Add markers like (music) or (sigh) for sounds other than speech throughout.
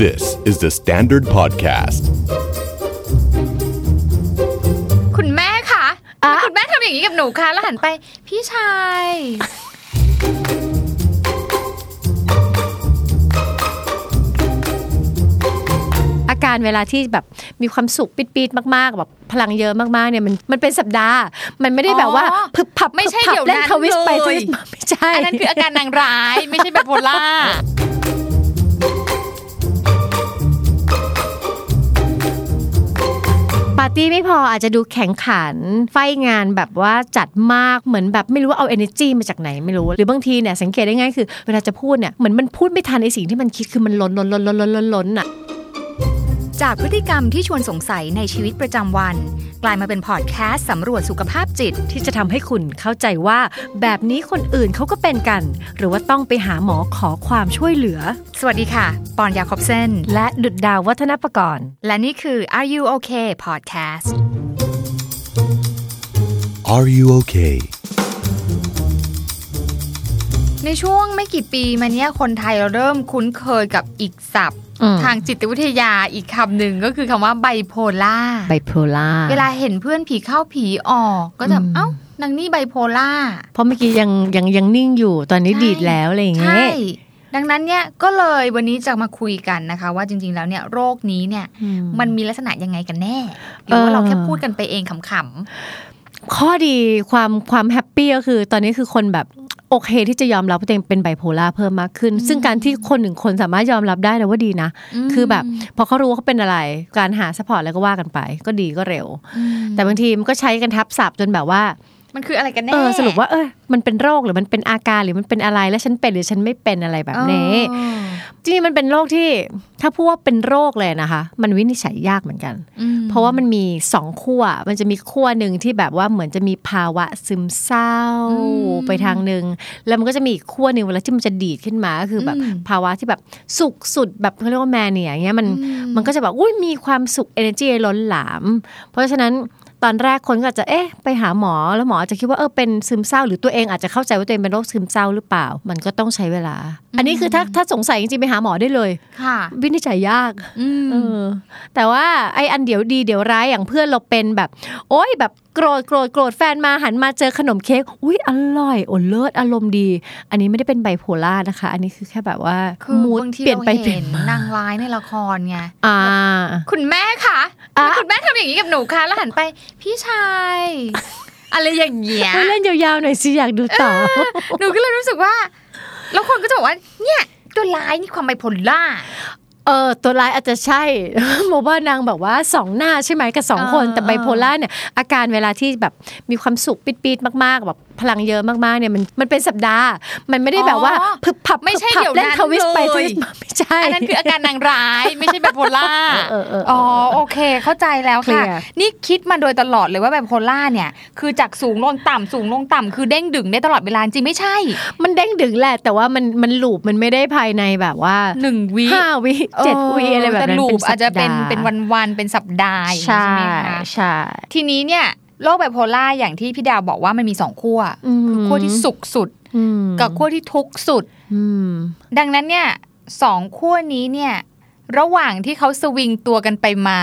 This is the Standard Podcast. คุณแม่คะแล้วคุณแม่ทำอย่างนี้กับหนูคะแล้วหันไป พี่ชาย อาการเวลาที่แบบมีความสุขปิดๆมากๆแบบพลังเยอะมากๆเนี่ยมันมันเป็นสัปดาห์ มันไม่ได้แบบว่า อ๋อ พึบพับ ไม่ใช่ พึบพับ เดี๋ยว ล่น นั้น ทวิสไป เลย ทวิสมาไม่ใช่ อันนั้นคืออาการนางร้าย ไม่ใช่แบบโพล่า (laughs) ปาร์ตี้ไม่พออาจจะดูแข็งขัน ไฟงานแบบว่าจัดมากเหมือนแบบไม่รู้ว่าเอา energy มาจากไหนไม่รู้ หรือบางทีเนี่ยสังเกตได้ง่ายคือเวลาจะพูดเนี่ยเหมือนมันพูดไม่ทันไอสิ่งที่มันคิดคือมันล้นล้นล้นล้นล้นล้นล้นอ่ะ จากพฤติกรรมที่ชวนสงสัยในชีวิตประจำวัน กลายมาเป็นพอดแคสต์สำรวจสุขภาพจิต ที่จะทำให้คุณเข้าใจว่าแบบนี้คนอื่นเขาก็เป็นกัน หรือว่าต้องไปหาหมอขอความช่วยเหลือ สวัสดีค่ะ ปอนยาคอบเซน และดุดดาววัฒนประกรณ์ และนี่คือ Are You Okay Podcast Are you okay? ในช่วงไม่กี่ปีมาเนี้ยคนไทยเริ่มคุ้นเคยกับอีกศัพท์ อืม ทางจิตวิทยาอีกคำหนึ่งก็คือคำว่าไบโพล่า ไบโพล่า เวลาเห็นเพื่อนผีเข้าผีออกก็จะ อืม เอ้านางนี่ไบโพล่า เพราะเมื่อกี้ยังยังยังนิ่งอยู่ตอนนี้ ใช่ ดีดแล้วอะไรอย่างเงี้ ใช่ ย ดังนั้นเนี่ยก็เลยวันนี้จะมาคุยกันนะคะ ว่าจริงๆแล้วเนี่ยโรคนี้เนี่ย อื มันมีลักษณะยังไงกันแน่ หรือว่า เออ เราแค่พูดกันไปเองขำ ข้อดีความความแฮปปี้ก็คือ ตอนนี้คือคนแบบโอเคที่จะยอมรับว่าตัวเองเป็นไบโพล่าเพิ่มมากขึ้น ซึ่งการที่คนหนึ่งคนสามารถยอมรับได้นะว่าดีนะ ๆม คือแบบพอเขารู้ว่าเขาเป็นอะไร การหาสปอร์ตแล้วก็ว่ากันไป ก็ดีก็เร็ว แต่บางทีมันก็ใช้กันทับศัพท์จนแบบว่า มันคืออะไรกันแน่ เออสรุปว่าเออมันเป็นโรคหรือมันเป็นอาการหรือมันเป็นอะไรแล้วฉันเป็นหรือฉันไม่เป็นอะไรแบบนี้ อ๋อ จริงๆมันเป็นโรคที่ถ้าพูดว่าเป็นโรคเลยนะคะ มันวินิจฉัยยากเหมือนกัน อืม เพราะว่ามันมีสองขั้วมันจะมีขั้วหนึ่งที่แบบว่าเหมือนจะมีภาวะซึมเศร้าไปทางหนึ่งแล้วมันก็จะมีอีกขั้วหนึ่งเวลาที่มันจะดีดขึ้นมาก็คือแบบภาวะที่แบบสุขสุดแบบเขาเรียกว่าแมเนียอย่างเงี้ยมันมันก็จะแบบอุ้ยมีความสุข energy ล้นหลาม เพราะฉะนั้นตอนแรกคนก็อาจจะเอ๊ะไปหาหมอแล้วหมออาจจะคิดว่าเออเป็นซึมเศร้า หรือตัวเองอาจจะเข้าใจว่าตัวเองเป็นโรคซึมเศร้าหรือเปล่า มันก็ต้องใช้เวลา อันนี้คือถ้าถ้าสงสัยจริงๆไปหาหมอได้เลย ค่ะ วินิจฉัยยาก อืม เออแต่ว่าไออันเดี๋ยวดีเดี๋ยวร้ายอย่างเพื่อนเราเป็นแบบ โอ๊ยแบบโกรธโกรธโกรธแฟนมาหันมาเจอขนมเค้กอุ้ยอร่อยโอเลิศอารมณ์ดี อันนี้ไม่ได้เป็นไบโพล่านะคะ อันนี้คือแค่แบบว่า คือ มูด บางที เปลี่ยนไป รา เปลี่ยนมาน างร้ายในละครไง อ่า คุณแม่คะ อ่ะ แล้วคุณแม่ทำอย่างนี้กับหนูคะแล้วหันไป พี่ชาย (laughs) อะไรอย่างเงี้ย เฮ้ยเล่นยาวๆหน่อยสิอยากดูต่อ หนูก็เลยรู้สึกว่า แล้วคนก็จะบอกว่า เนี่ยตัวร้ายนี่ความไบโพล่า เออตัวร้ายอาจจะใช่ (laughs) โมบ้านางแบบว่าสองหน้าใช่ไหมกับสอง เออ คนแต่ เออ ไบโพล่าเนี่ยอาการเวลาที่แบบมีความสุขปิดๆมากๆแบบพลังเยอะมากๆเนี่ยมันมันเป็นสัปดาห์ มันไม่ได้แบบว่า อ๋อ พึบพับ ไม่ใช่ พึบพับ เดี๋ยว เล่น นั้น ทวิสไป เลย ทวิสมาไม่ใช่ อันนั้นคืออาการนางร้ายไม่ใช่ไบโพล่า เออเออเออ อ๋อโอเค เข้าใจแล้วค่ะ เคลียร์ นี่คิดมาโดยตลอดเลยว่าไบโพล่าเนี่ย คือจากสูงลงต่ำสูงลงต่ำคือเด้งดึงได้ตลอดเวลาจริงไม่ใช่ มันเด้งดึงแหละแต่ว่ามันมันหลูบมันไม่ได้ภายในแบบว่า หนึ่งวิ ห้าวิเจ็ด ออ วิอะไรแบบนั้แต่นลู เป็น ป สั อาจ ป จะ ด เป็น ห์ เป็นวันวันๆเป็นสัปดาห์อย่างนี้ ใช่ ใช่ไหมคะ ใช่ ทีนี้เนี่ยโรคไบโพล่าอย่างที่พี่ดาวบอกว่ามันมีสองขั้วคือขั้วที่สุขสุด อืม กับขั้วที่ทุกข์สุด อืม ดังนั้นเนี่ยสองขั้วนี้เนี่ยระหว่างที่เขาสวิงตัวกันไปมา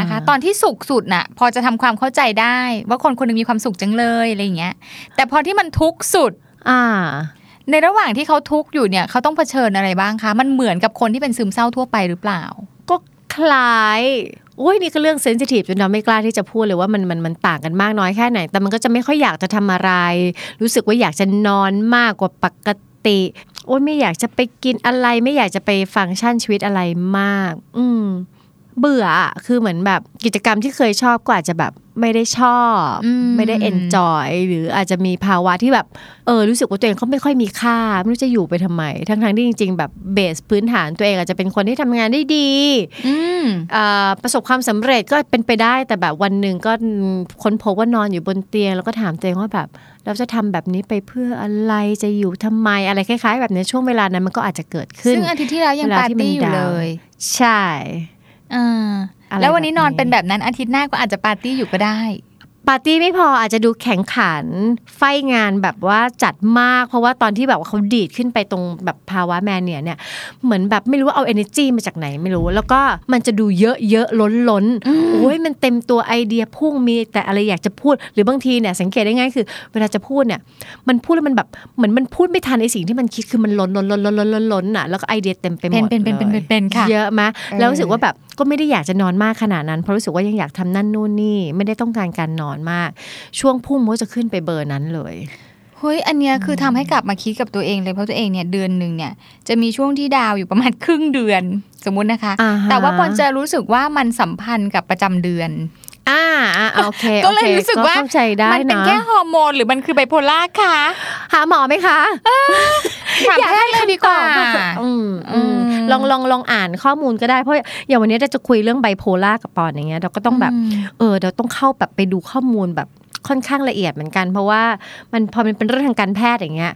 นะคะตอนที่สุขสุดน่ะ พอจะทำความเข้าใจได้ ว่าคนคนหนึงมีความสุขจังเลยอะไรอย่างเงี้ย แต่พอที่มันทุกข์สุด อ่า ในระหว่างที่เขาทุกข์อยู่เนี่ยเขาต้องเผชิญอะไรบ้างคะ มันเหมือนกับคนที่เป็นซึมเศร้าทั่วไปหรือเปล่า ก็คล้ายอุ้ยนี่ก็เรื่องเซนซิทีฟจนเราไม่กล้าที่จะพูดเลยว่ามันมันมันต่างกันมากน้อยแค่ไหน แต่มันก็จะไม่ค่อยอยากจะทำอะไร รู้สึกว่าอยากจะนอนมากกว่าปกติโอ้ยไม่อยากจะไปกินอะไร ไม่อยากจะไปฟังก์ชันชีวิตอะไรมาก อืม เบื่ออะคือเหมือนแบบกิจกรรมที่เคยชอบก็อาจจะแบบไม่ได้ชอบ อืม ไม่ได้เอนจอยหรืออาจจะมีภาวะที่แบบเออรู้สึกว่าตัวเองเขาไม่ค่อยมีค่าไม่รู้จะอยู่ไปทำไม ทั้งๆที่จริง ๆ แบบเบสพื้นฐานตัวเองอาจจะเป็นคนที่ทำงานได้ดี อืม เอ่อประสบความสำเร็จก็เป็นไปได้แต่แบบวันหนึ่งก็ค้นพบว่านอนอยู่บนเตียง แล้วก็ถามตัวเองว่าแบบ เราจะทำแบบนี้ไปเพื่ออะไรจะอยู่ทำไมอะไรคล้าย ๆ แบบในช่วงเวลานั้นมันก็อาจจะเกิดขึ้น ซึ่งอาทิตย์ที่แล้วยังปาเวลา ร์ ที่มัน ตี้อยู่ ดาว เลย ใช่ อ่า อะไร แล้ววันนี้นอน บบ เป็นแบบนั้นอาทิตย์หน้าก็อาจจะปาร์ตี้อยู่ก็ได้ ปาร์ตี้ไม่พออาจจะดูแข็งขัน ไฟงานแบบว่าจัดมาก เพราะว่าตอนที่แบบว่าเขาดีดขึ้นไปตรงแบบภาวะแมนเนี่ยเนี่ย เหมือนแบบไม่รู้ว่าเอา energy มาจากไหนไม่รู้ แล้วก็มันจะดูเยอะเยอะล้นล้นๆโอ้ยมันเต็มตัวไอเดียพุ่งมีแต่อะไรอยากจะพูด หรือบางทีเนี่ยสังเกตได้ง่ายคือ เวลาจะพูดเนี่ยมันพูดแล้วมันแบบเหมือนมันพูดไม่ทันไอสิ่งที่มันคิดคือมันล้นล้นล้นล้นล้นล้นล้นอ่ะแล้วก็ไอเดียเต็มไปหมด เป็นเป็นเป็นเป็น ลย เป็นเป็นค่ะ เยอะมะแล้วรู้สึกว่าแบบก็ไม่ได้อยากจะนอนมากขนาดนั้นเพราะรู้สึกว่ายังอยากทำนั่นนู่นนี่ไม่ได้ต้องการการนอนมาก ช่วงพุ่งมันก็จะขึ้นไปเบอร์นั้นเลย เฮ้ยอันเนี้ยคือทำให้กลับมาคิดกับตัวเองเลยเพราะตัวเองเนี่ยเดือนหนึ่งเนี่ยจะมีช่วงที่ดาวอยู่ประมาณครึ่งเดือนสมมุตินะคะ อ่าฮะ แต่ว่าปอนจะรู้สึกว่ามันสัมพันธ์กับประจำเดือน อ่าอ่าโอเค ก็เลยรู้สึกว่า เข้าใจได้ มันเป็น นะ แค่ฮอร์โมนหรือมันคือไบโพล่าคะ หาหมอไหมคะ ถามแพทย์เลยดีกว่า อืมอืม อืม ลองลองลองอ่านข้อมูลก็ได้เพราะอย่างวันนี้เราจะคุยเรื่องไบโพล่ากับปอนอย่างเงี้ยเราก็ต้องแบบ ม เออ เราต้องเข้าแบบไปดูข้อมูลแบบค่อนข้างละเอียดเหมือนกัน เพราะว่ามันพอมันเป็นเรื่องทางการแพทย์อย่างเงี้ย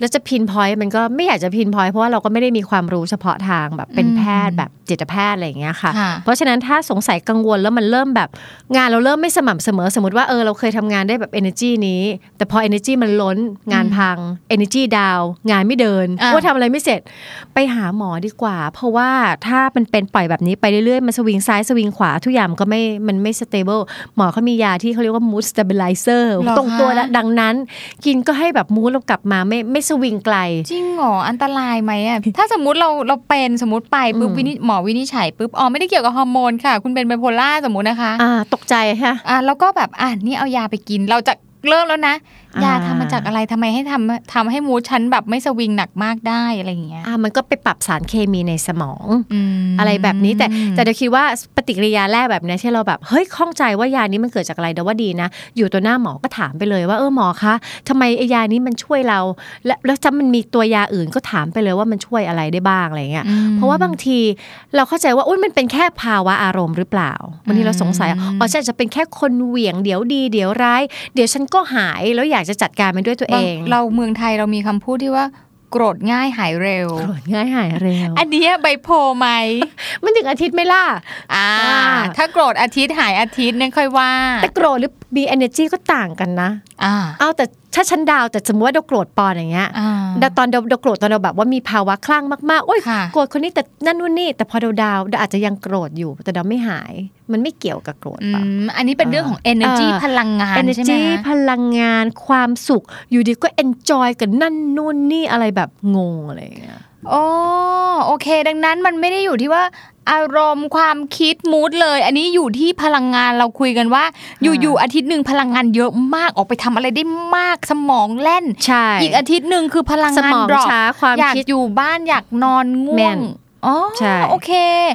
แล้วจะพินพอยมันก็ไม่อยากจะพินพอยเพราะว่าเราก็ไม่ได้มีความรู้เฉพาะทางแบบเป็น อืม แพทย์แบบจิตแพทย์อะไรอย่างเงี้ยค่ะ ค่ะ เพราะฉะนั้นถ้าสงสัยกังวลแล้วมันเริ่มแบบงานเราเริ่มไม่สม่ำเสมอสมมติว่าเออเราเคยทำงานได้แบบ energy นี้ แต่พอ energy มันล้นงานพัง energy ดาวงานไม่เดิน อ่ะ ว่าทำอะไรไม่เสร็จ ไปหาหมอดีกว่า เพราะว่าถ้ามันเป็นปล่อยแบบนี้ไปเรื่อยๆ มันสวิงซ้ายสวิงขวาทุกอย่างมันก็ไม่มันไม่สเตเบิลหมอเขามียาที่เขาเรียกว่า mood stabilizer หรอ ตรงตัว คะ ดังนั้น กินก็ให้แบบมูดเรากลับมาไม่ไม่สวิงไกล จริงเหรออันตรายไหมอ่ะ ถ้าสมมติเราเราเป็นสมมติไปปุ๊บ อืม วินิจหมอวินิจฉัยปุ๊บอ๋อไม่ได้เกี่ยวกับฮอร์โมนค่ะ คุณเป็นไบโพล่าสมมตินะคะ อ่าตกใจฮะ อ่ะแล้วก็แบบอ่ะนี่เอายาไปกินเราจะเริ่มแล้วนะ อ่าย ยาทำมาจากอะไรทำไมให้ทำทำให้มูดฉันแบบไม่สวิงหนักมากได้อะไรอย่างเงี้ย อ่ามันก็ไปปรับสารเคมีในสมอง ม อะไรแบบนี้แต่แต่เดี๋ยวคิดว่าปฏิกิริยาแรกแบบเนี้ยที่เราแบบเฮ้ยข้องใจว่ายานี้มันเกิดจากอะไรเดี๋ยวว่าดีนะ อยู่ตัวหน้าหมอก็ถามไปเลยว่าเออหมอคะทำไมไอ้ยานี้มันช่วยเรา และแล้วถ้ามันมีตัวยาอื่นก็ถามไปเลยว่ามันช่วยอะไรได้บ้างอะไรเงี้ย อืม เพราะว่าบางทีเราเข้าใจว่าอุ้ยมันเป็นแค่ภาวะอารมณ์หรือเปล่าบางทีเราสงสัย อืม อ๋อฉันอาจจะเป็นแค่คนเหวี่ยงเดี๋ยวดีเดี๋ยวร้าย เดี๋ยวฉันก็หายแล้วอยากจะจัดการมันด้วยตัวเอง บางเราเมืองไทยเรามีคำพูดที่ว่าโกรธง่ายหายเร็ว โกรธง่ายหายเร็ว อันเนี้ยไบโพลไหม มันถึงอาทิตย์ไหม่ล่ะ อ่า ถ้าโกรธอาทิตย์หายอาทิตย์เนี่ยค่อยว่า แต่โกรธหรือมี energy ก็ต่างกันนะ อ่า เอาแต่ถ้าฉันดาวแต่สมมติว่าเราโกรธปอนอย่างเงี้ย อ่า แต่ตอนเราเราโกรธตอนเราแบบว่ามีภาวะคลั่งมากๆโอ๊ย ค่ะ โกรธคนนี้แต่นั่นนู่นนี่ แต่พอเราดาวเราอาจจะยังโกรธอยู่ แต่เราไม่หาย มันไม่เกี่ยวกับโกรธ อื เปล่า มอันนี้เป็นเรื่องของ energy เออ พลังงานใช่ไหม energy คะ พลังงานความสุข อยู่ดีก็ enjoy กับนั่นนู่นนี่อะไรแบบงงอะไรอย่างเงี้ย โอ้โอเค ดังนั้นมันไม่ได้อยู่ที่ว่าอารมณ์ความคิดมูดเลย อันนี้อยู่ที่พลังงานเราคุยกันว่า อยู่ๆอาทิตย์หนึ่งพลังงานเยอะมากออกไปทำอะไรได้มากสมองแล่น ใช่ อีกอาทิตย์หนึ่งคือพลัง ส งาน มอง ดรอป ช้าความ อยาก คิด อยู่บ้านอยากนอน แม่ ง่วง น อ๋อ ใช่ โอเค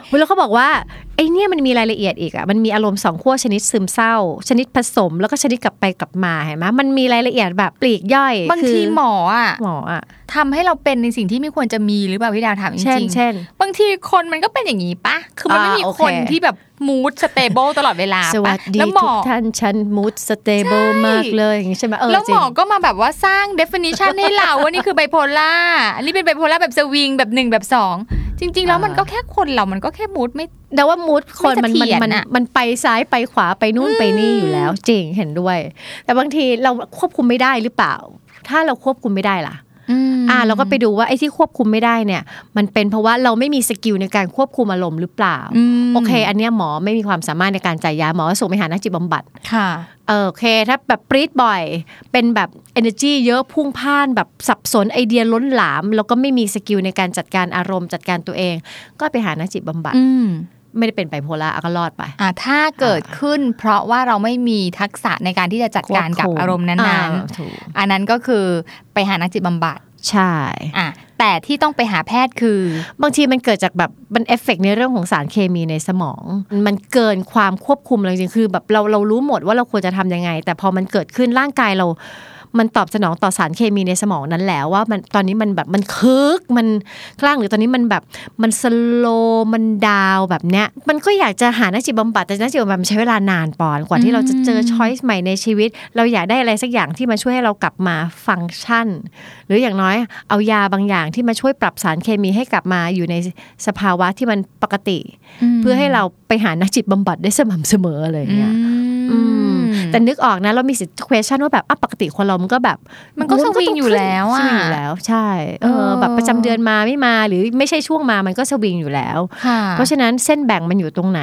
เฮ้ยแล้วเขาบอกว่าไอเนี่ยมันมีรายละเอียดอีกอ่ะมันมีอารมณ์สองขั้วชนิดซึมเศร้า ชนิดผสมแล้วก็ชนิดกลับไปกลับมาเห็นไหมมันมีรายละเอียดแบบปลีกย่อย บางที คือ หมออะ หมออ่ะ ทำให้เราเป็นในสิ่งที่ไม่ควรจะมีหรือเปล่าพี่ดาวถามจ เช่น ริงๆ เช่น บางทีคนมันก็เป็นอย่างนี้ปะ คือมันไม่ อ่า มี โอเค คนที่แบบมูดสเตเบิลตลอดเวลา สวั ปะ สดี แล้วหม ทุ อ กท่านฉันมูดสเตเบิล ใช่ มากเลยอย่างนี้ใช่ไหมเออ แล้ว จ ห ริ ม ง อก็มาแบบว่าสร้าง definition ให้เราว่านี่คือไบโพล่า อันนี้เป็นไบโพล่าแบบสวิงแบบหนึ่งแบบสองจริง ๆ แล้วมันก็แค่คนเรา มันก็แค่มูดไม่ แต่ว่ามูดคนมัน ไม่ มัน เสถียร มัน อะ มันไปซ้ายไปขวาไปนู่นไปนี่อยู่แล้ว จริงเห็นด้วย แต่บางทีเราควบคุมไม่ได้หรือเปล่า ถ้าเราควบคุมไม่ได้ล่ะ อ่าเราก็ไปดูว่าไอ้ที่ควบคุมไม่ได้เนี่ย มันเป็นเพราะว่าเราไม่มีสกิลในการควบคุมอารมณ์หรือเปล่า อืม โอเค อันเนี้ยหมอไม่มีความสามารถในการจ่ายยาหมอส่งไปหานักจิตบำบัด ค่ะ เออโอเค ถ้าแบบปรีดบ่อย เป็นแบบ energy เยอะพุ่งพล่านแบบสับสนไอเดียล้นหลาม แล้วก็ไม่มีสกิลในการจัดการอารมณ์จัดการตัวเอง ก็ไปหานักจิตบำบัด อืม ไม่ได้เป็นไบโพล่าก็รอดไป อ่าถ้าเกิดขึ้น เพราะว่าเราไม่มีทักษะในการที่จะจัดการกับอารมณ์นั้น อ่า ๆ ถูก อันนั้นก็คือไปหานักจิตบำบัด ใช่ อ่ะแต่ที่ต้องไปหาแพทย์คือ บางทีมันเกิดจากแบบมันเอฟเฟกในเรื่องของสารเคมีในสมอง มันเกินความควบคุมเลยจริงๆคือ แบบเราเรารู้หมดว่าเราควรจะทำยังไง แต่พอมันเกิดขึ้นร่างกายเรา มันตอบสนองต่อสารเคมีในสมองนั้นแล้วว่ามันตอนนี้มันแบบมันคึกมันคลั่งหรือตอนนี้มันแบบมันสโลมันดาวแบบเนี้ยมันก็อยากจะหานักจิตบำบัดแต่นักจิตบำบัดมันใช้เวลานานปอนกว่าที่เราจะเจอช้อยส์ใหม่ในชีวิต เราอยากได้อะไรสักอย่างที่มาช่วยให้เรากลับมาฟังก์ชัน หรืออย่างน้อยเอายาบางอย่างที่มาช่วยปรับสารเคมีให้กลับมาอยู่ในสภาวะที่มันปกติ เพื่อให้เราไปหานักจิตบำบัดได้สม่ำเสมออะไรอย่างเงี้ย อืม อืม แต่นึกออกนะเรามีสิทธิ์ question ว่าแบบอ่ะปกติคนเรามันก็แบบ มันก็สวิงอยู่แล้วอะ สวิงอยู่แล้วใช่เอ เอ อ อ แบบประจำเดือนมาไม่มาหรือไม่ใช่ช่วงมามันก็สวิงอยู่แล้ว ค่ะ เพราะฉะนั้นเส้นแบ่งมันอยู่ตรงไหน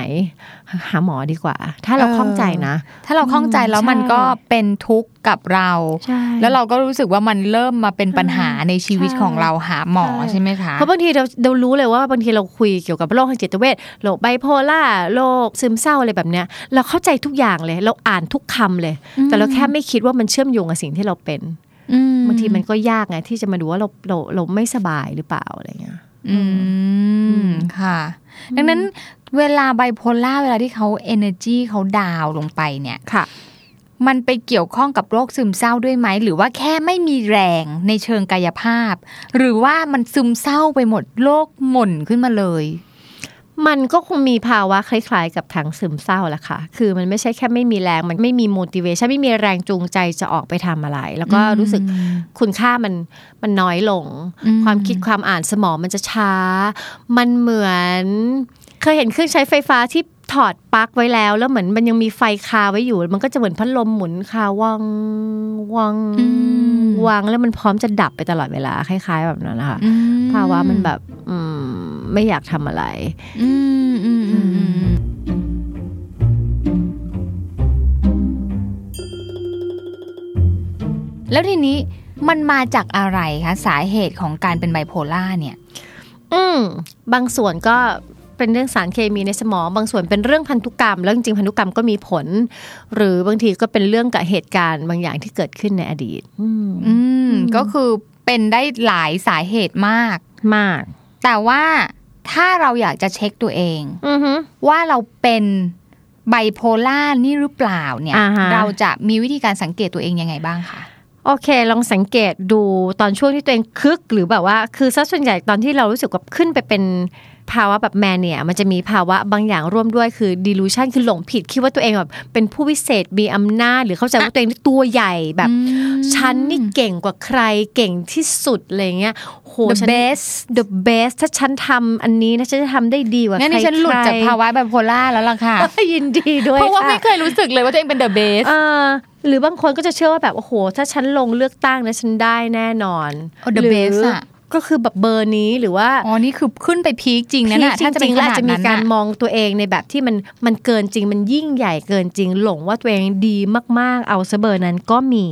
หาหมอดีกว่า ถ้าเราคล่องใจนะ ถ้าเราคล่องใจแล้ว ใช่ มันก็เป็นทุกข์กับเรา ใช่ แล้วเราก็รู้สึกว่ามันเริ่มมาเป็นปัญหาในชีวิตของเราหาหมอใช่ไหมคะ เพราะบางทีเราเรารู้เลยว่าบางทีเราคุยเกี่ยวกับโรคทางจิตเวชโรคไบโพล่าโรคซึมเศร้าอะไรแบบเนี้ย เราเข้าใจทุกอย่างเลย เราอ่านทุกคำเลย อืม แต่เราแค่ไม่คิดว่ามันเชื่อมโยงกับสิ่งที่เราเป็น อื บางทีมันก็ยากไงที่จะมาดูว่าเราเราเราไม่สบายหรือเปล่าอะไรเงี้ย อืมค่ะ ดังนั้นเวลาไบโพล่าเวลาที่เขา energy เขาดาวลงไปเนี่ย ค่ะ มันไปเกี่ยวข้องกับโรคซึมเศร้าด้วยไหม หรือว่าแค่ไม่มีแรงในเชิงกายภาพ หรือว่ามันซึมเศร้าไปหมดโรคหม่นขึ้นมาเลย มันก็คงมีภาวะคล้ายๆ กับทางซึมเศร้าแหละค่ะ คือมันไม่ใช่แค่ไม่มีแรง มันไม่มี motivation ไม่มีแรงจูงใจจะออกไปทำอะไร แล้วก็รู้สึกคุณค่ามันมันน้อยลง อืม ความคิดความอ่านสมองมันจะช้า มันเหมือนเคยเห็นเครื่องใช้ไฟฟ้าที่ถอดปลั๊กไว้แล้ว แล้วเหมือนมันยังมีไฟคาไว้อยู่ มันก็จะเหมือนพัดลมหมุนคาวังวัง อืม วังแล้วมันพร้อมจะดับไปตลอดเวลาคล้าย ๆ แบบนั้นนะคะ อืม ภาวะมันแบบอืมไม่อยากทำอะไร อืมอืมอืมอืมแล้วทีนี้มันมาจากอะไรคะ สาเหตุของการเป็นไบโพล่าเนี่ย อืมบางส่วนก็เป็นเรื่องสารเคมีในสมอง บางส่วนเป็นเรื่องพันธุกรรม แล้วจริงๆพันธุกรรมก็มีผล หรือบางทีก็เป็นเรื่องกับเหตุการณ์บางอย่างที่เกิดขึ้นในอดีตอืม อืมก็คือเป็นได้หลายสาเหตุมาก มาก แต่ว่าถ้าเราอยากจะเช็คตัวเอง อือฮึ ว่าเราเป็นไบโพล่านี่หรือเปล่าเนี่ย อ่าฮะ เราจะมีวิธีการสังเกตตัวเองยังไงบ้างคะ โอเค ลองสังเกตดูตอนช่วงที่ตัวเองคึก หรือแบบว่าคือซะส่วนใหญ่ตอนที่เรารู้สึกว่าขึ้นไปเป็นภาวะแบบแมนเนี่ย มันจะมีภาวะบางอย่างร่วมด้วยคือ delusion คือหลงผิดคิดว่าตัวเองแบบเป็นผู้วิเศษมีอำนาจ หรือเข้าใจว่าตัวเองนี่ตัวใหญ่แบบ ฉันนี่เก่งกว่าใครเก่งที่สุดอะไรเงี้ยโห The ฉัน best the best ถ้าฉันทำอันนี้นะฉันจะทำได้ดีกว่าใคร งั้นนี่ฉันหลุดจากภาวะไบโพล่าแล้วล่ะค่ะ ๆ (laughs) ยินดีด้วย เพราะว่า ค่ ไม่เคยรู้สึกเลยว่าตัวเองเป็นเดอะเบส เออหรือบางคนก็จะเชื่อว่าแบบโอ้โห ถ้าฉันลงเลือกตั้งนะฉันได้แน่นอน เดอะ หรื เบสอ่ะ ก็คือแบบเบอร์นี้หรือว่า อ๋อนี่คือขึ้นไปพีคจริงนะน่ะ พี่ ถ้าจะ จ เป็ ริ น งขๆแล้วนาดอาจจะมี นั้น การ น่ะ มองตัวเองในแบบที่มันมันเกินจริงมันยิ่งใหญ่เกินจริง หลงว่าตัวเองดีมากๆ เอาซะเบอร์นั้นก็มี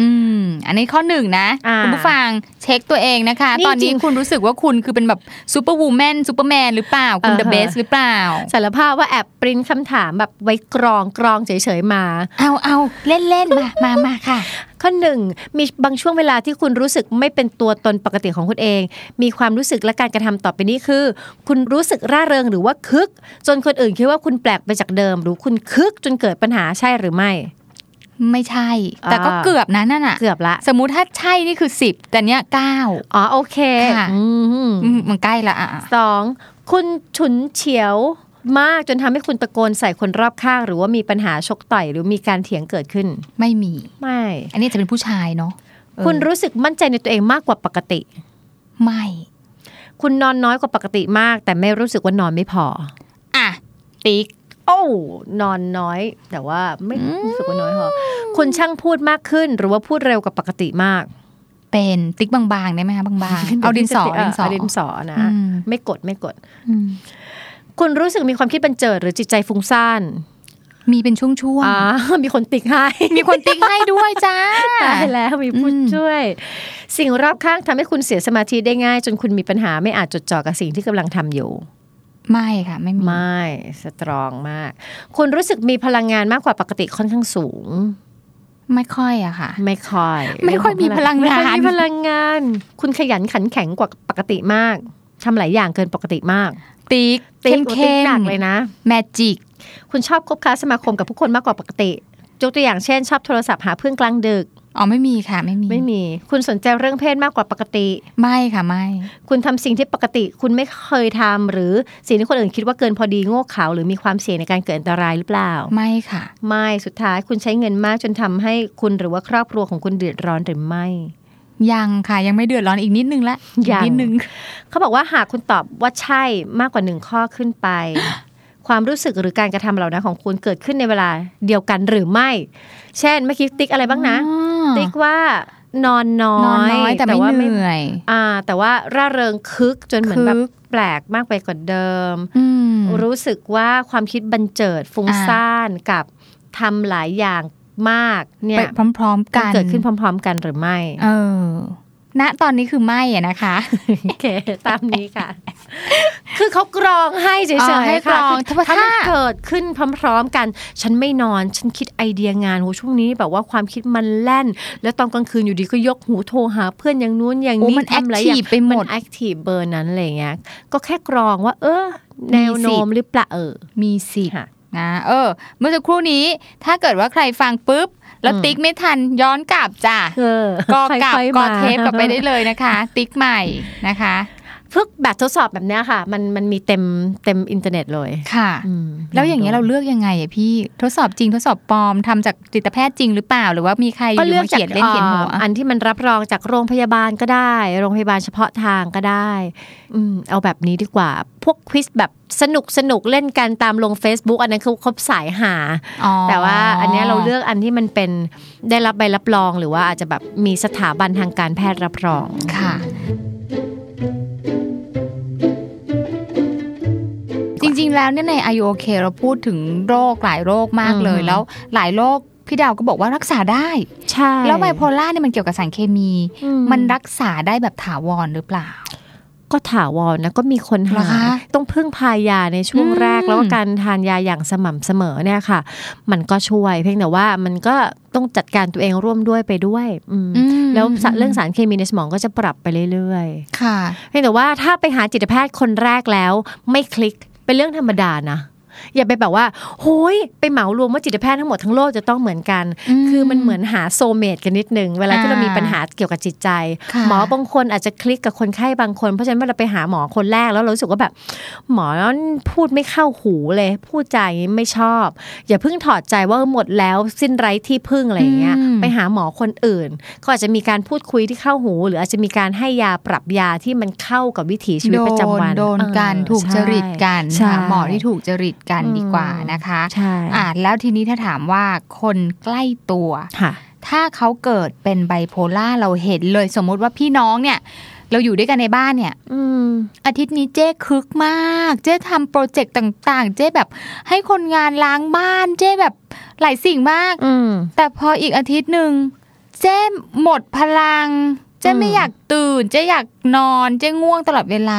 อืมอันนี้ข้อหนึ่งนะ อ่า คุณผู้ฟังเช็คตัวเองนะคะ นี่ ตอนนี้ จริง คุณรู้สึกว่าคุณคือเป็นแบบซูเปอร์วูแมนซูเปอร์แมนหรือเปล่าคุณ อ่าฮะ เดอะเบสหรือเปล่า สารภาพว่าแอบปริ้นคำถามแบบไว้กรองกรองเฉยๆมา เอาเอาเล่นเล่นมามามาค่ะ ข้อหนึ่งมีบางช่วงเวลาที่คุณรู้สึกไม่เป็นตัวตนปกติของคุณเอง มีความรู้สึกและการกระทำต่อไปนี้คือ คุณรู้สึกร่าเริงหรือว่าคึก จนคนอื่นคิดว่าคุณแปลกไปจากเดิม หรือคุณคึกจนเกิดปัญหาใช่หรือไม่ ไม่ใช่ แต่ก็ อ่า เกือบนะนั่นน่ะ เกือบละ สมมุติถ้าใช่นี่คือ 10 แต่เนี้ย 9 อ๋อโอเค ค่ะ อืม อืมมันใกล้ละอ่ะ สองคุณฉุนเฉียวมากจนทำให้คุณตะโกนใส่คนรอบข้าง หรือว่ามีปัญหาชกต่อยหรือมีการเถียงเกิดขึ้น ไม่มี ไม่ อันนี้จะเป็นผู้ชายเนาะ คุณรู้สึกมั่นใจในตัวเองมากกว่าปกติ ไม่ คุณนอนน้อยกว่าปกติมาก แต่ไม่รู้สึกว่านอนไม่พอ อ่ะ ติ๊ก โอ้นอนน้อย แต่ว่าไม่รู้สึกว่าน้อยพอคุณช่างพูดมากขึ้น หรือว่าพูดเร็วกว่าปกติมาก เป็นติ๊กบางๆ ได้ไหมคะบาง (laughs) ๆ เอาดินสอ เ ดินสอ เาดินสอนะ อืม ไม่กดไม่กด อืม คุณรู้สึกมีความคิดบันเจิดหรือจิตใจฟุ้งซ่าน มีเป็นช่วง อ่า (laughs) มีคนติ๊กให้ ๆ มีคนติ๊กให้ด้วยจ้า (laughs) ตายแล้วมีผู้ อืม ช่วย สิ่งรอบข้างทำให้คุณเสียสมาธิได้ง่าย จนคุณมีปัญหาไม่อาจจดจ่อกับสิ่งที่กำลังทำอยู่ ไม่ค่ะ ไม่มี ไม่สตรองมาก คุณรู้สึกมีพลังงานมากกว่าปกติค่อนข้างสูง ไม่ค่อยอะค่ะ ไม่ค่อย ไม่ค่อยมีพลังงาน ไม่ค่อยมีพลังงาน คุณขยันขันแข็งกว่าปกติมากทำหลายอย่างเกินปกติมาก ติ๊ก ติ๊ เข้มกโอ้ติ๊ เข้ ก ม หนักเลยนะ แมจิก คุณชอบคบค้าสมาคมกับผู้คนมากกว่าปกติยกตัวอย่างเช่น ชอบโทรศัพท์หาเพื่อนกลางดึก อ๋อไม่มีค่ะ ไม่มี ไม่มี คุณสนใจเรื่องเพศมากกว่าปกติ ไม่ค่ะไม่ คุณทำสิ่งที่ปกติ คุณไม่เคยทำหรือสิ่งที่คนอื่นคิดว่าเกินพอดีโง่เขลาหรือมีความเสี่ยงในการเกิดอันตรายหรือเปล่า ไม่ค่ะ ไม่สุดท้ายคุณใช้เงินมากจนทำให้คุณหรือว่าครอบครัวของคุณเดือดร้อนหรือไม่ ยังค่ะยังไม่เดือดร้อนอีกนิดนึงละ ยัอีกงนิดนึง เขาบอกว่าหากคุณตอบว่าใช่มากกว่าหนึ่งข้อขึ้นไป (gasps) ความรู้สึกหรือการกระทำเหล่านั้นของคุณเกิดขึ้นในเวลาเดียวกันหรือไม่ เช่นเมื่อกี้ติ๊กอะไรบ้างนะ อ๋อ ติ๊กว่านอนน้ นอนน้อยแต่ไม่ ว่า เหนื่อย อ่า แต่ว่าร่าเริงคึกจนเหมือนแบบ คึก แปลกมากไปกว่าเดิม อืม รู้สึกว่าความคิดบันเจิดฟุ้ง อ่า ซ่านกับทำหลายอย่างมากเนี่ ไป ย พร้อม ๆ มั กัน น เกิดขึ้นพร้อม ๆ กันหรือไม่ เออ ณตอนนี้คือไม่อะนะคะ โอเค ตามนี้ค่ะ คือเขากรองให้เฉ อ๋อยให้กรๆค่ะ อง คื ถ้า ถ้ามัน ถ้า เกิดขึ้นพร้อม ๆ กัน ฉันไม่นอน ฉันคิดไอเดียงานโหช่วงนี้แบบว่าความคิดมันแล่น แล้วตอนกลางคืนอยู่ดีก็ยกหูโทรหา เพื่อนอย่างนู้นอย่าง โอ้ นี้ มันแอค ทำหลายอ ที ย่าง ฟไปหมด แอคทีฟเบอร์นั้นอะไรเงี้ย ก็แค่กรองว่า เออ แนวโน้มหรือเปล่าเออ มีสิทธิ์ ค่ะ นะเออ เมื่อสักครู่นี้ถ้าเกิดว่าใครฟังปุ๊บ แล้ว อืม ติ๊กไม่ทันย้อนกลับจ้ะ เออ ก็กลับ ค่อยๆ ก็ มา (laughs) เทปกลับไปได้เลยนะคะ ติ๊กใหม่นะคะ พวกแบบทดสอบแบบเนี้ยค่ะ มันมันมีเต็มเต็มอินเทอร์เน็ตเลย ค่ะ อืม แล้วอย่างเงี้ยเราเลือกยังไงอะพี่ทดสอบจริงทดสอบปลอมทำจากจิตแพทย์จริงหรือเปล่าหรือว่ามีใคร ก็เลือก ยู่ม จาก เขียนเล่นเขียนหัว อ่ออันที่มันรับรองจากโรงพยาบาลก็ได้ โรงพยาบาลเฉพาะทางก็ได้อืมเอาแบบนี้ดีกว่า พวกควิสแบบสนุกสนุกๆเล่นกันตามลง Facebook อันนั้นคือคบสายหา อ๋อ แต่ว่าอันเนี้ยเราเลือกอันที่มันเป็นได้รับใบรับรองหรือว่าอาจจะแบบมีสถาบันทางการแพทย์รับรอง ค่ะ จริงๆ แล้วเนี่ยใน IOK เราพูดถึงโรคหลายโรคมากเลย อืม แล้วหลายโรคพี่ดาวก็บอกว่ารักษาได้ ใช่ แล้วไบโพล่าเนี่ยมันเกี่ยวกับสารเคมี อื มันรักษาได้แบบถาวรหรือเปล่า ก็ถาวรนะก็มีคน เหรอ หา คะ ต้องพึ่งพายาในช่วง อืม แรกแล้วก็การทานยาอย่างสม่ำเสมอเนี่ยค่ะ มันก็ช่วย เพียงแต่ว่ามันก็ต้องจัดการตัวเองร่วมด้วยไปด้วยอืม อืม แล้วสะเรื่องสารเคมีในสมองก็จะปรับไปเรื่อย ค่ะ ๆเพียงแต่ว่าถ้าไปหาจิตแพทย์คนแรกแล้ว ไม่คลิกเป็นเรื่องธรรมดานะ อย่าไปแบบว่าโห้ยไปเหมารวมว่าจิตแพทย์ทั้งหมดทั้งโลกจะต้องเหมือนกัน คือมันเหมือนหาโซลเมตกันนิดนึง เวลาที่เรามีปัญหาเกี่ยวกับจิตใจ ค่ะ หมอบางคนอาจจะคลิกกับคนไข้บางคน เพราะฉะนั้นเวลาไปหาหมอคนแรกแล้วเรารู้สึกว่าแบบ หมอนั้นพูดไม่เข้าหูเลย พูดจาอย่างนี้ไม่ชอบ อย่าเพิ่งถอดใจว่าหมดแล้วสิ้นไร้ที่พึ่งอะไรอย่างเงี้ย อืม ไปหาหมอคนอื่นเขาอาจจะมีการพูดคุยที่เข้าหู หรืออาจจะมีการให้ยาปรับยาที่มันเข้ากับวิถีชีวิตประจำวัน โดนโดนกัน เออ ถูกจริตกัน ใช่ หาหมอที่ถูกจริตกัน อืม ดีกว่านะคะ ใช่ อ่าแล้วทีนี้ถ้าถามว่าคนใกล้ตัว ค่ะ ถ้าเขาเกิดเป็นไบโพล่าเราเห็นเลยสมมุติว่าพี่น้องเนี่ย เราอยู่ด้วยกันในบ้านเนี่ย อืม อาทิตย์นี้เจ๊คึกมาก เจ๊ทำโปรเจกต์ต่าง ๆ เจ๊แบบให้คนงานล้างบ้าน เจ๊แบบหลายสิ่งมาก อืม แต่พออีกอาทิตย์หนึ่งเจ๊หมดพลัง เจ๊ อืม ไม่อยากตื่น เจ๊อยากนอน เจ๊ง่วงตลอดเวลา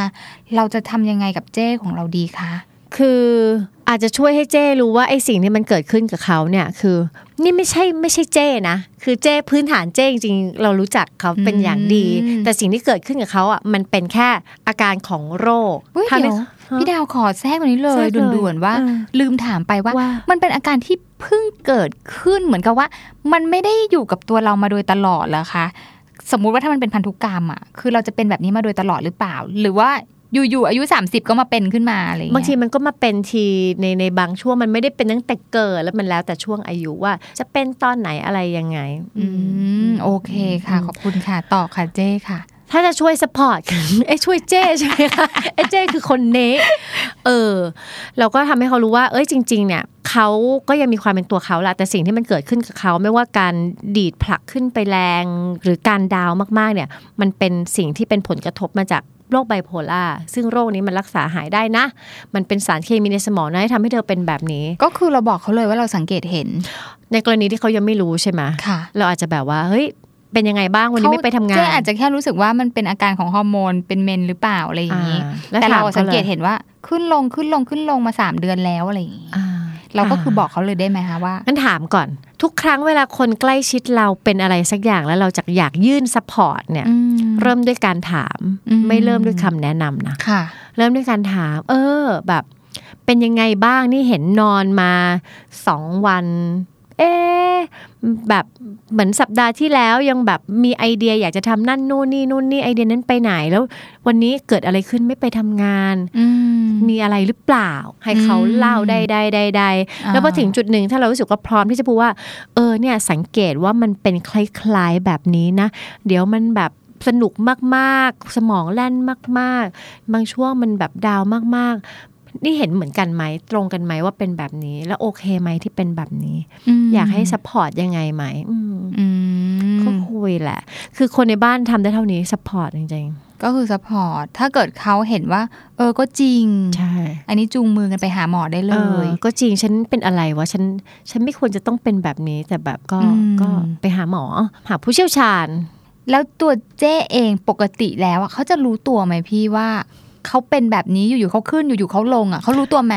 เราจะทำยังไงกับเจ๊ของเราดีคะ คืออาจจะช่วยให้เจ้รู้ว่าไอ้สิ่งที่มันเกิดขึ้นกับเขาเนี่ยคือ นี่ไม่ใช่ไม่ใช่เจ้นะ คือเจ้พื้นฐานเจ้จริงๆเรารู้จักเขาเป็นอย่างดี แต่สิ่งที่เกิดขึ้นกับเขาอ่ะมันเป็นแค่อาการของโรค อุ๊ย ทำ เดี๋ยวให้ฮะ พี่ดาวขอแทรกตรงนี้เล แทร ย กเลย ด่วนๆว่า เออ ลืมถามไปว่า ว่า มันเป็นอาการที่เพิ่งเกิดขึ้นเหมือนกับว่า มันไม่ได้อยู่กับตัวเรามาโดยตลอดเหรอคะ สมมุติว่าถ้ามันเป็นพันธุกรรมอ่ะคือเราจะเป็นแบบนี้มาโดยตลอดหรือเปล่า หรือว่าอยู่ๆอายุ 30 ก็มาเป็นขึ้นมาอะไรอย่าง บาง เงี้ย ทีมันก็มาเป็นทีในในบางช่วงมันไม่ได้เป็นตั้งแต่เกิดแล้วมันแล้วแต่ช่วงอายุว่า จะเป็นตอนไหนอะไรยังไง อืมโอเคค่ะ ขอบคุณค่ะ ต่อค่ะเจ้ค่ะ ถ้าจะช่วยสปอร์ต ไอ้ยช่วย (laughs) เจ้ใช่ไหมคะไอ้เจ้คือคนเนะเออ เราก็ทำให้เขารู้ว่า เอ้ยจริง ๆ เนี่ยเขาก็ยังมีความเป็นตัวเขาแหละแต่สิ่งที่มันเกิดขึ้นกับเขาไม่ว่าการดีดผลักขึ้นไปแรง หรือการดาวมากๆ เนี่ย มันเป็นสิ่งที่เป็นผลกระทบมาจากโรคไบโพล่าซึ่งโรคนี้มันรักษาหายได้นะ มันเป็นสารเคมีในสมองนะที่ทำให้เธอเป็นแบบนี้ ก็คือเราบอกเขาเลยว่าเราสังเกตเห็น ในกรณีที่เขายังไม่รู้ใช่ไหม ค่ะ เราอาจจะแบบว่าเฮ้ยเป็นยังไงบ้างวันนี้ไม่ไปทำงาน เจ้อาจจะแค่รู้สึกว่ามันเป็นอาการของฮอร์โมนเป็นเมนหรือเปล่าอะไรอย่างนี้ แล้ว แต่ ถ เรา มขลย สังเกตเห็นว่าขึ้นลงขึ้นลงขึ้นลงมาสามเดือนแล้วอะไรอย่างนี้ อ่ เราก็คือบอกเขาเลยได้ไหมคะว่า งั้นถามก่อน ทุกครั้งเวลาคนใกล้ชิดเราเป็นอะไรสักอย่างแล้วเราจะอยากยื่นซัพพอร์ตเนี่ย อืม เริ่มด้วยการถาม อืม ไม่เริ่มด้วยคำแนะนำนะ ค่ะ เริ่มด้วยการถาม เออแบบ เป็นยังไงบ้างนี่เห็นนอนมาสองวัน เอ๊ะแบบเหมือนสัปดาห์ที่แล้วยังแบบมีไอเดียอยากจะทำนั่นนู่นนี่นู่นนี่ไอเดียนั้นไปไหนแล้ว วันนี้เกิดอะไรขึ้นไม่ไปทำงาน อืม มีอะไรหรือเปล่า ให้เขา อืม เล่าได้ได้ได้ได้แล้วพอถึงจุดหนึ่งถ้าเรารู้สึกว่าพร้อมที่จะพูดว่า เออเนี่ยสังเกตว่ามันเป็นคล้ายๆแบบนี้นะ เดี๋ยวมันแบบสนุกมากๆ สมองแล่นมากๆ บางช่วงมันแบบดาวน์มากๆ นี่เห็นเหมือนกันไหมตรงกันไหมว่าเป็นแบบนี้ แล้วโอเคไหมที่เป็นแบบนี้ ม อยากให้ซัพพอร์ตยังไงไหมอืม อืม ก็คุยแหละ คือคนในบ้านทำได้เท่านี้ซัพพอร์ตจริง ก็คือซัพพอร์ตถ้าเกิดเขาเห็นว่า เออก็จริง ๆ ใช่ อันนี้จูงมือกันไปหาหมอได้เล เออย ก็จริงฉันเป็นอะไรวะฉันฉันไม่ควรจะต้องเป็นแบบนี้ แต่แบบก็ อืม ก็ไปหาหมอ หาผู้เชี่ยวชาญ แล้วตัวเจ้เองปกติแล้วอะเขาจะรู้ตัวไหมพี่ว่าเขาเป็นแบบนี้อยู่ๆเขาขึ้นอยู่ๆเขาลงอ่ะเขารู้ตัวไหม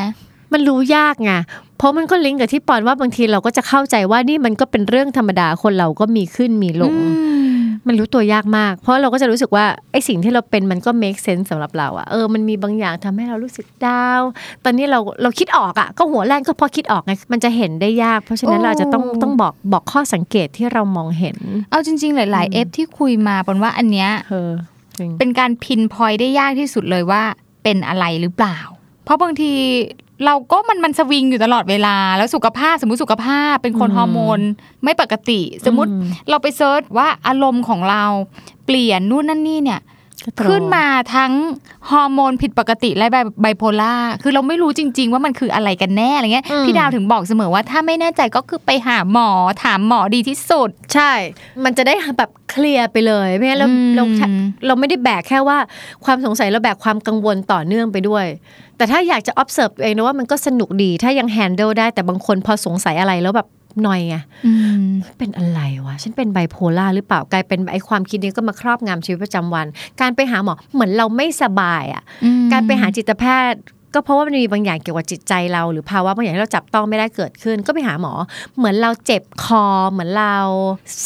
มันรู้ยากไงเพราะมันก็ลิงก์กับที่ปอนว่าบางทีเราก็จะเข้าใจว่านี่มันก็เป็นเรื่องธรรมดาคนเราก็มีขึ้นมีลง อืม มันรู้ตัวยากมาก เพราะเราก็จะรู้สึกว่าไอ้สิ่งที่เราเป็นมันก็ make sense สำหรับเราอะเออมันมีบางอย่างทำให้เรารู้สึกดาว ตอนนี้เราเราคิดออกอะก็หัวแรงก็พอคิดออกไงมันจะเห็นได้ยาก เพราะฉะนั้น โอ้ เราอาจจะต้องต้องบอกบอกข้อสังเกตที่เรามองเห็น เอาจริง ๆ หลายๆเอฟที่คุยมาปอนว่าอันเนี้ย เออจริง เป็นการพินพอยได้ยากที่สุดเลยว่าเป็นอะไรหรือเปล่า เพราะบางทีเราก็มันมันสวิงอยู่ตลอดเวลา แล้วสุขภาพสมมติสุขภาพเป็นคน อืม ฮอร์โมนไม่ปกติ สมมติ อื เราไปเซิร์ชว่าอารมณ์ของเราเปลี่ยนนู่นนั่นนี่เนี่ย ก็ตรง ขึ้นมาทั้งฮอร์โมนผิดปกติและไบโพล่าคือเราไม่รู้จริง ๆ ว่ามันคืออะไรกันแน่อะไรเงี้ย อืม พี่ดาวถึงบอกเสมอว่าถ้าไม่แน่ใจก็คือไปหาหมอถามหมอดีที่สุด ใช่ มันจะได้แบบเคลียร์ไปเลยไม่งั้นเรา อืม เราเราไม่ได้แบกแค่ว่าความสงสัยเราแบกความกังวลต่อเนื่องไปด้วย แต่ถ้าอยากจะ observe ตัวเองนะว่ามันก็สนุกดี ถ้ายัง handle ได้แต่บางคนพอสงสัยอะไรแล้วแบบหน่อยไงเป็นอะไรวะ ฉันเป็นไบโพล่าหรือเปล่ากลายเป็นไอความคิดนี้ก็มาครอบงำชีวิตประจำวัน การไปหาหมอเหมือนเราไม่สบายอ่ะ อืม การไปหาจิตแพทย์ ก็เพราะว่ามันมีบางอย่างเกี่ยวกับจิตใจเรา หรือภาวะบางอย่างที่เราจับต้องไม่ได้เกิดขึ้น ก็ไปหาหมอ เหมือนเราเจ็บคอ เหมือนเรา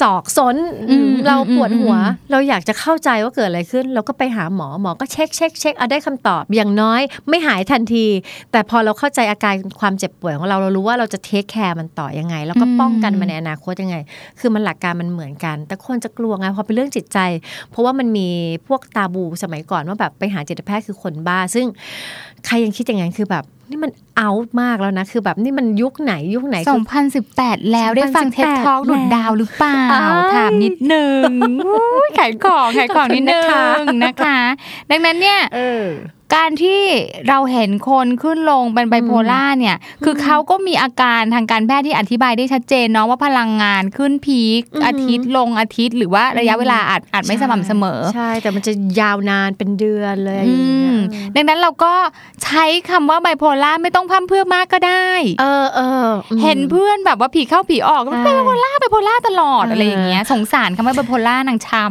ศอกซน อืม เราปวดหัว อืมอืม เราอยากจะเข้าใจว่าเกิดอะไรขึ้น เราก็ไปหาหมอหมอก็เช็คเช็คเช็คเอาได้คำตอบอย่างน้อย ไม่หายทันที แต่พอเราเข้าใจอาการความเจ็บป่วยของเราเรารู้ว่าเราจะเทคแคร์มันต่อยังไง แล้วก็ป้องกันมันในอนาคตยังไง คือมันหลักการมันเหมือนกัน แต่คนจะกลัวไงพอเป็นเรื่องจิตใจ เพราะว่ามันมีพวกตาบูสมัยก่อนว่าแบบไปหาจิตแพทย์คือคนบ้า ซึ่งใครยังคิดอย่างนั้นคือแบบ นี่มันเอามากแล้วนะ คือแบบนี่มันยุคไหนยุคไหนคือ 2018 แล้วได้ฟังเท็ด 2018 ทอกหนุนดาวหรือเปล่า อ้าย ถามนิดนึงอุ๊ยขายของขายของนิดนึ ขอบคุ ง ณนะคะ นะคะ ดังนั้นเนี่ย เออ การที่เราเห็นคนขึ้นลงเป็นไบโพล่าเนี่ย คือเขาก็มีอาการทางการแพทย์ที่อธิบายได้ชัดเจนเนาะว่าพลังงานขึ้นพีค อืม อาทิตย์ลงอาทิตย์ หรือว่าระยะเวลาอาจอาจไม่สม่ำเสมอ ใช่ แต่มันจะยาวนานเป็นเดือนเลยอะไร อื อย่างเงี้ ม ย ดังนั้นเราก็ใช้คำว่าไบโพล่าไม่ต้องพร่ำเพรื่อมากก็ได้ เออเอออืม เห็นเพื่อนแบบว่าผีเข้าผีออกก็เป็น ใช่ ไบโพล่าไบโพล่าตลอด เอออ อะไรอย่างเงี้ยสงสารคำว่าไบโพล่านางช้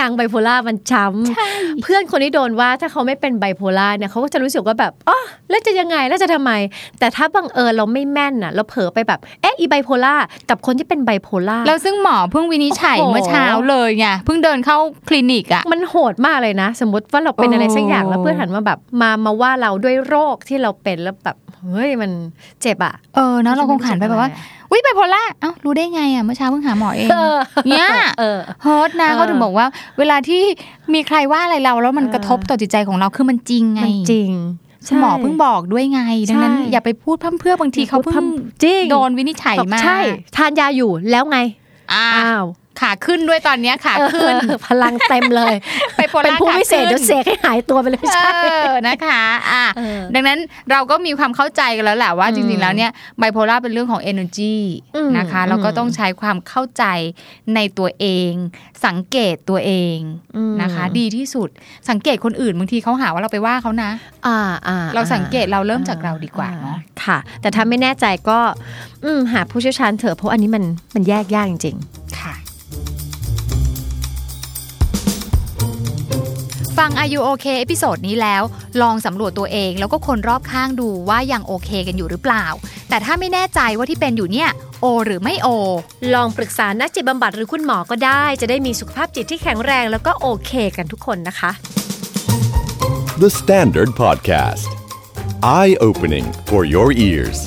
นางไบโพล่ามันช้ำเพื่อนคนที่โดนว่าถ้าเขาไม่เป็นไบโพล่าเนี่ยเขาก็จะรู้สึกว่าแบบอ๋อแล้วจะยังไงแล้วจะทำไม แต่ถ้าบังเอิญเราไม่แม่นน่ะ เราเผลอไปแบบเอ๊ะอีไบโพล่ากับคนที่เป็นไบโพล่า ำแล้วซึ่งหมอเพิ่งวินิจฉัย โอ้โห เมื่อเช้าเลยไงเพิ่งเดินเข้าคลินิกอ่ะ มันโหดมากเลยนะ สมมติว่าเราเป็น โอ้ อะไรสักอย่างแล้วเพื่อนหันมาแบบมามาว่าเราด้วยโรคที่เราเป็นแล้วแบบเฮ้ยมันเจ็บอ่ะ เออเนาะเราคงขันไปแบบว่าวิไบโพล่าเอ้ารู้ได้ไงอ่ะเมื่อเช้าเพิ่งหาหมอเอง เออ เนี่ย เออ เฮิร์ตนะ เออ เขาถึงบอกว่า เวลาที่มีใครว่าอะไรเราแล้วมันกระทบต่อจิตใจของเราคือมันจริงไง มันจริง คุณหมอ ใช่ เพิ่งบอกด้วยไงดังนั้น ใช่ อย่าไปพูดพร่ำเพรื่อบางทีเขาเพิ่ง จริง โดนวินิจฉัยมา ใช่ ทานยาอยู่แล้วไง อ่า อ้าว ขาขึ้นด้วยตอนเนี้ยขาขึ้น เออพลังเต็ม (laughs) เลย ไบโพล่า เป็นผู้ ขา พิเศษ ขึ้น เดี๋ยวเสกให้หายตัวไปเลยใช่ เออนะคะอ่ะ เออ ดังนั้นเราก็มีความเข้าใจกันแล้วแหละว่า อืม จริงๆแล้วเนี่ยไบโพล่าเป็นเรื่องของ energy อืม นะคะเราก็ อืม ต้องใช้ความเข้าใจในตัวเอง สังเกตตัวเองนะคะ ดีที่สุดสังเกตคนอื่นบางทีเขาหาว่าเราไปว่าเขานะ อ่าอ่า เราสังเกตเราเริ่มจากเราดีกว่าเนาะ ค่ะ แต่ถ้าไม่แน่ใจก็อืมหาผู้เชี่ยวชาญเถอะเพราะอันนี้มันมันแยกยากจริง ค่ะ ฟัง Are You OK เอพิโซดนี้แล้ว ลองสำรวจตัวเองแล้วก็คนรอบข้างดูว่ายังโอเคกันอยู่หรือเปล่า แต่ถ้าไม่แน่ใจว่าที่เป็นอยู่เนี่ยโอหรือไม่โอ ๆ ลองปรึกษานักจิตบำบัดหรือคุณหมอก็ได้ จะได้มีสุขภาพจิตที่แข็งแรงแล้วก็โอเคกันทุกคนนะคะ The Standard Podcast. Eye opening for your ears.